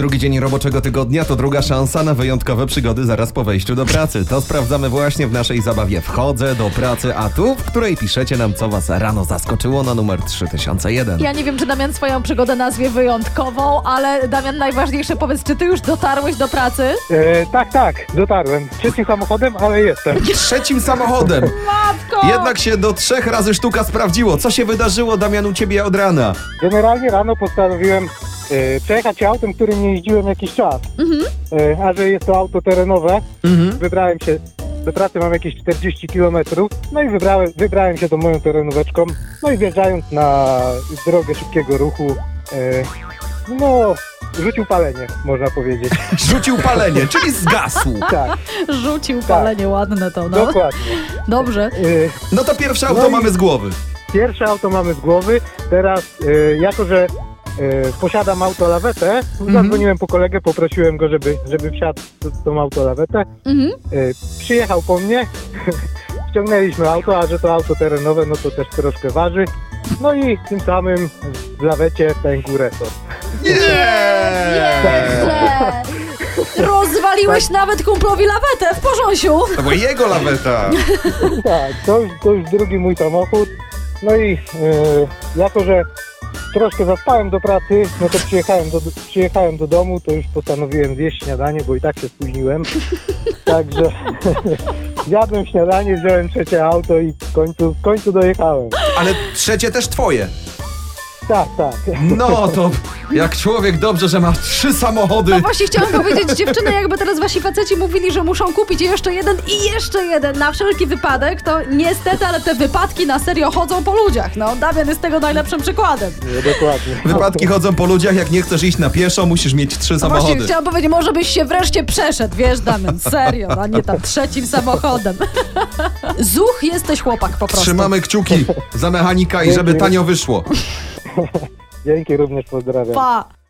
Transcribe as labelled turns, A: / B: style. A: Drugi dzień roboczego tygodnia to druga szansa na wyjątkowe przygody zaraz po wejściu do pracy. To sprawdzamy właśnie w naszej zabawie Wchodzę do pracy, a tu, w której piszecie nam, co was rano zaskoczyło na numer 3001.
B: Ja nie wiem, czy Damian swoją przygodę nazwie wyjątkową, ale Damian, najważniejsze powiedz, czy ty już dotarłeś do pracy?
C: E, tak, tak, dotarłem. Trzecim samochodem, ale jestem.
A: Trzecim samochodem!
B: Matko!
A: Jednak się do trzech razy sztuka sprawdziło. Co się wydarzyło, Damian, u ciebie od rana?
C: Generalnie rano postanowiłem e, przejechać się autem, którym nie jeździłem jakiś czas. E, a że jest to auto terenowe,
A: Mhm.
C: wybrałem się do pracy, mam jakieś 40 km. No i wybrałem, wybrałem się tą moją terenóweczką. No i wjeżdżając na drogę szybkiego ruchu, e, no, rzucił palenie, można powiedzieć.
A: Rzucił palenie, czyli zgasł.
C: Tak,
B: Rzucił palenie, ładne to, no.
C: dokładnie.
B: Dobrze.
C: E,
A: No to pierwsze auto
C: No i-
A: mamy z głowy.
C: Pierwsze auto mamy z głowy, teraz y, jako, że y, posiadam auto lawetę, zadzwoniłem po kolegę, poprosiłem go, żeby, żeby wsiadł z tą auto lawetę.
B: Mhm.
C: Y, przyjechał po mnie, ściągnęliśmy auto, a że to auto terenowe, no to też troszkę waży. No i tym samym w lawecie pękł resort.
B: Dobrze.
C: Tak.
B: Rozwaliłeś nawet kumplowi lawetę w porząsiu.
A: To była jego laweta!
C: Tak, to już, to już drugi mój samochód. No i yy, jako, że troszkę zaspałem do pracy, no to przyjechałem do, przyjechałem do domu, to już postanowiłem zjeść śniadanie, bo i tak się spóźniłem. Także zjadłem śniadanie, wziąłem trzecie auto i w końcu, w końcu dojechałem.
A: Ale trzecie też twoje.
C: Tak, tak.
A: No to jak człowiek dobrze, że ma trzy samochody.
B: No Właśnie chciałam powiedzieć, dziewczyny, jakby teraz wasi faceci mówili, że muszą kupić jeszcze jeden i jeszcze jeden na wszelki wypadek, to niestety, ale te wypadki na serio chodzą po ludziach. No, Damian jest tego najlepszym przykładem.
C: Nie, dokładnie.
A: Wypadki chodzą po ludziach, jak nie chcesz iść na pieszo, musisz mieć trzy
B: No Właśnie
A: samochody.
B: chciałam powiedzieć, może byś się wreszcie przeszedł, wiesz Damian, serio, a nie tam trzecim samochodem. Zuch jesteś chłopak po prostu.
A: Trzymamy kciuki za mechanika i żeby tanio wyszło.
C: Dzięki również pozdrawiam.
B: Pa.